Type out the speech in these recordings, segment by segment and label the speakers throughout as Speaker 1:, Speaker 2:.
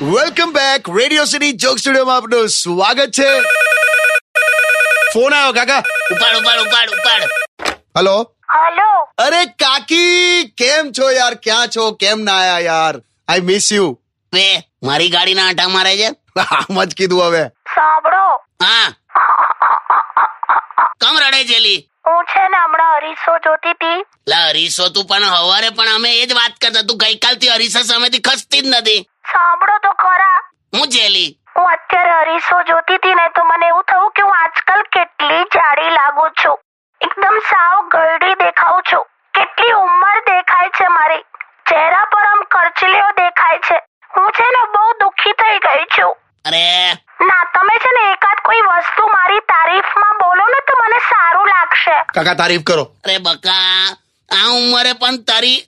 Speaker 1: Welcome back radio city joke સ્ટુડિયોમાં આપનું સ્વાગત છે ફોન આવ્યો કાકા
Speaker 2: ઉપાડ ઉપાડ ઉપાડ ઉપાડ
Speaker 1: હલો
Speaker 3: हेलो
Speaker 1: અરે કાકી કેમ છો યાર ક્યાં છો કેમ ના આયા યાર આઈ મિસ યુ
Speaker 2: બે મારી ગાડીના આંટા મારે છે
Speaker 1: આમ જ કીધું હવે
Speaker 3: સાંભળો
Speaker 2: હા કમ રડે જેલી
Speaker 3: હું છે ને હમણાં અરીસો જોતી હતી
Speaker 2: લા હરીસો તું પણ હવારે પણ અમે એ જ વાત કરતા તું ગઈકાલથી હરીસા સામેથી ખસતી જ નથી
Speaker 3: સાંભળો તો ખરા
Speaker 2: હું જેલી
Speaker 3: હું અત્યારે અરીસો જોતી હતી ને તો મને એવું થયું કે હું આજકાલ કેટલી જાડી લાગુ છું એકદમ સાવ ગરડી દેખાઉં છું કેટલી ઉંમર દેખાય છે મારી ચહેરા પર આમ કરચલીઓ દેખાય છે હું છે ને બહુ દુઃખી થઈ ગઈ છું
Speaker 2: અરે
Speaker 3: ના તમે છે ને એકાદ કોઈ વસ્તુ મારી તારીફમાં બોલો ને તો મને સારું લાગશે
Speaker 1: કાકા તારીફ કરો
Speaker 2: અરે બકા આ ઉંમરે પણ તારી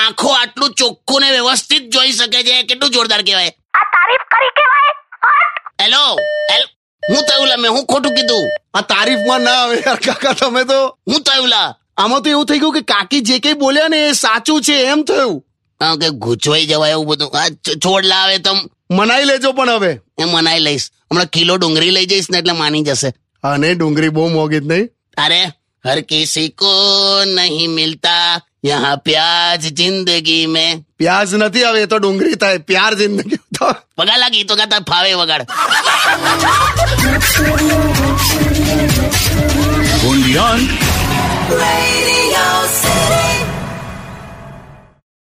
Speaker 2: આંખો આટલું ચોખ્ખું ને વ્યવસ્થિત જોઈ શકે છે કેટલું જોરદાર કહેવાય
Speaker 3: આ તારીફ કરી કેવાય હટ
Speaker 2: હેલો હેલ હું થયું લા મેં હું ખોટું કીધું
Speaker 1: આ તારીફમાં ના આવે યાર કાકા તમે તો
Speaker 2: હું થયું લા
Speaker 1: આમાં તો એવું થઈ ગયું કે કાકી જે કઈ બોલ્યા ને એ સાચું છે એમ થયું
Speaker 2: હા, કે ગૂંચવાઈ જવાય એવું બધું આ છ- છોડ લાવે તો
Speaker 1: મનાઈ લેજો પણ હવે
Speaker 2: એ મનાઈ લઈશ હમણાં કિલો ડુંગળી લઈ જઈશ ને એટલે માની જશે
Speaker 1: અને ડુંગળી બહુ મોંઘી જ નહીં
Speaker 2: अरे हर किसी को नहीं मिलता यहाँ प्याज जिंदगी में
Speaker 1: પ્યાજ નથી આવે એ તો ડુંગળી થાય પ્યાર જિંદગી તો
Speaker 2: વગાલા ગીતો ગાતા ફાવે વગાડ
Speaker 4: only on
Speaker 5: Radio City.